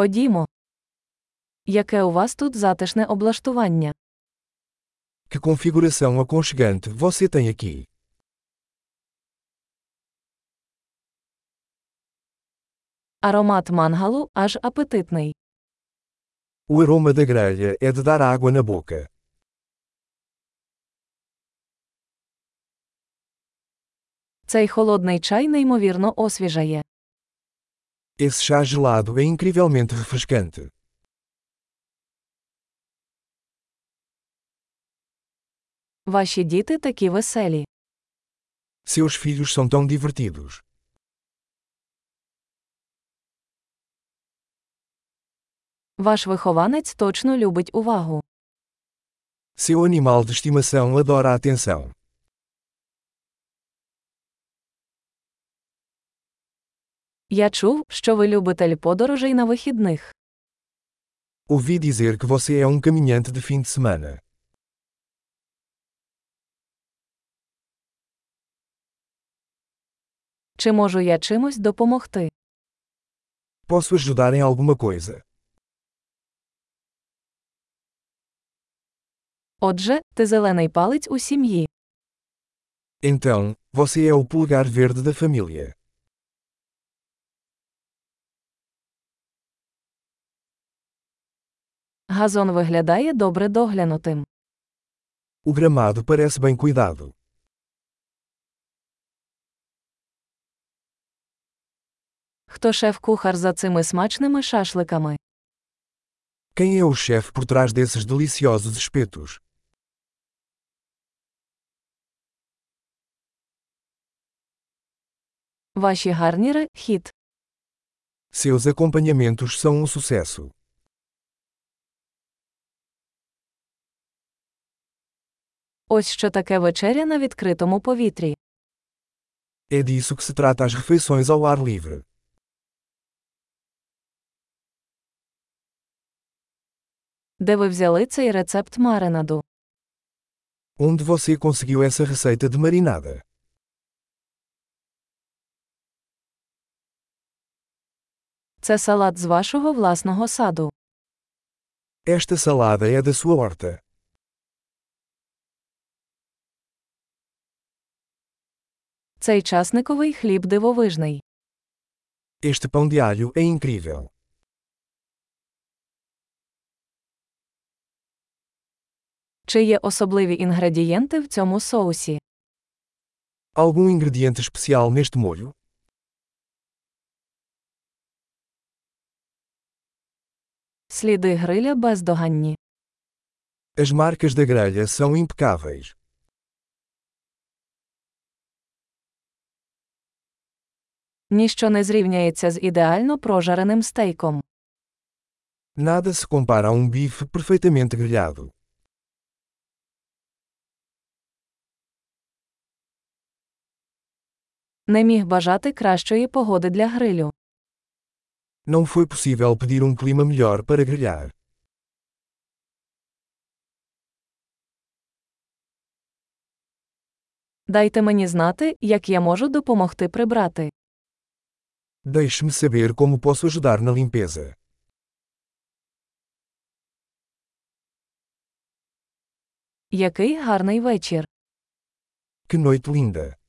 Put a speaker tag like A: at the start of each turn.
A: Ходімо. Яке у вас тут затишне облаштування?
B: Que configuração aconchegante você tem aqui.
A: Аромат мангалу аж апетитний.
B: O aroma da grelha é de dar água na boca.
A: Цей холодний чай неймовірно освіжає.
B: Esse chá gelado é incrivelmente refrescante.
A: Ваші діти такі веселі.
B: Seus filhos são tão divertidos.
A: Ваш вихованець точно любить увагу.
B: Seu animal de estimação adora a atenção.
A: Я чув, що ви любитель подорожей на вихідних.
B: Ouvi dizer que você é um caminhante de fim de semana.
A: Чи можу я чимось допомогти?
B: Posso ajudar em alguma coisa?
A: Отже, ти зелений палець у сім'ї.
B: Então, você é o polegar verde da família.
A: Газон виглядає добре доглянутим.
B: O gramado parece bem cuidado.
A: Хто шеф-кухар за цими смачними шашликами?
B: Quem é o chefe por trás desses deliciosos espetos?
A: Ваші гарніри хіт.
B: Seus acompanhamentos são um sucesso.
A: Ось що таке вечеря на відкритому повітрі.
B: É disso que se trata as refeições ao ar livre.
A: Де ви взяли цей рецепт маринаду?
B: Onde você conseguiu essa receita de marinada?
A: Це салат з вашого власного саду.
B: Esta salada é da sua horta.
A: Цей часниковий хліб дивовижний.
B: Este pão de alho é incrível.
A: Чи є особливі інгредієнти в цьому соусі?
B: Algum ingrediente especial neste molho?
A: Сліди гриля бездоганні.
B: As marcas da grelha são impecáveis.
A: Ніщо не зрівняється з ідеально прожареним стейком.
B: Nada se compara a um bife perfeitamente grelhado.
A: Не міг бажати кращої погоди для грилю.
B: Não foi possível pedir um clima melhor para grelhar.
A: Дайте мені знати, як я можу допомогти прибрати.
B: Deixe-me saber como posso ajudar na limpeza.
A: Який гарний вечір!
B: Que noite linda!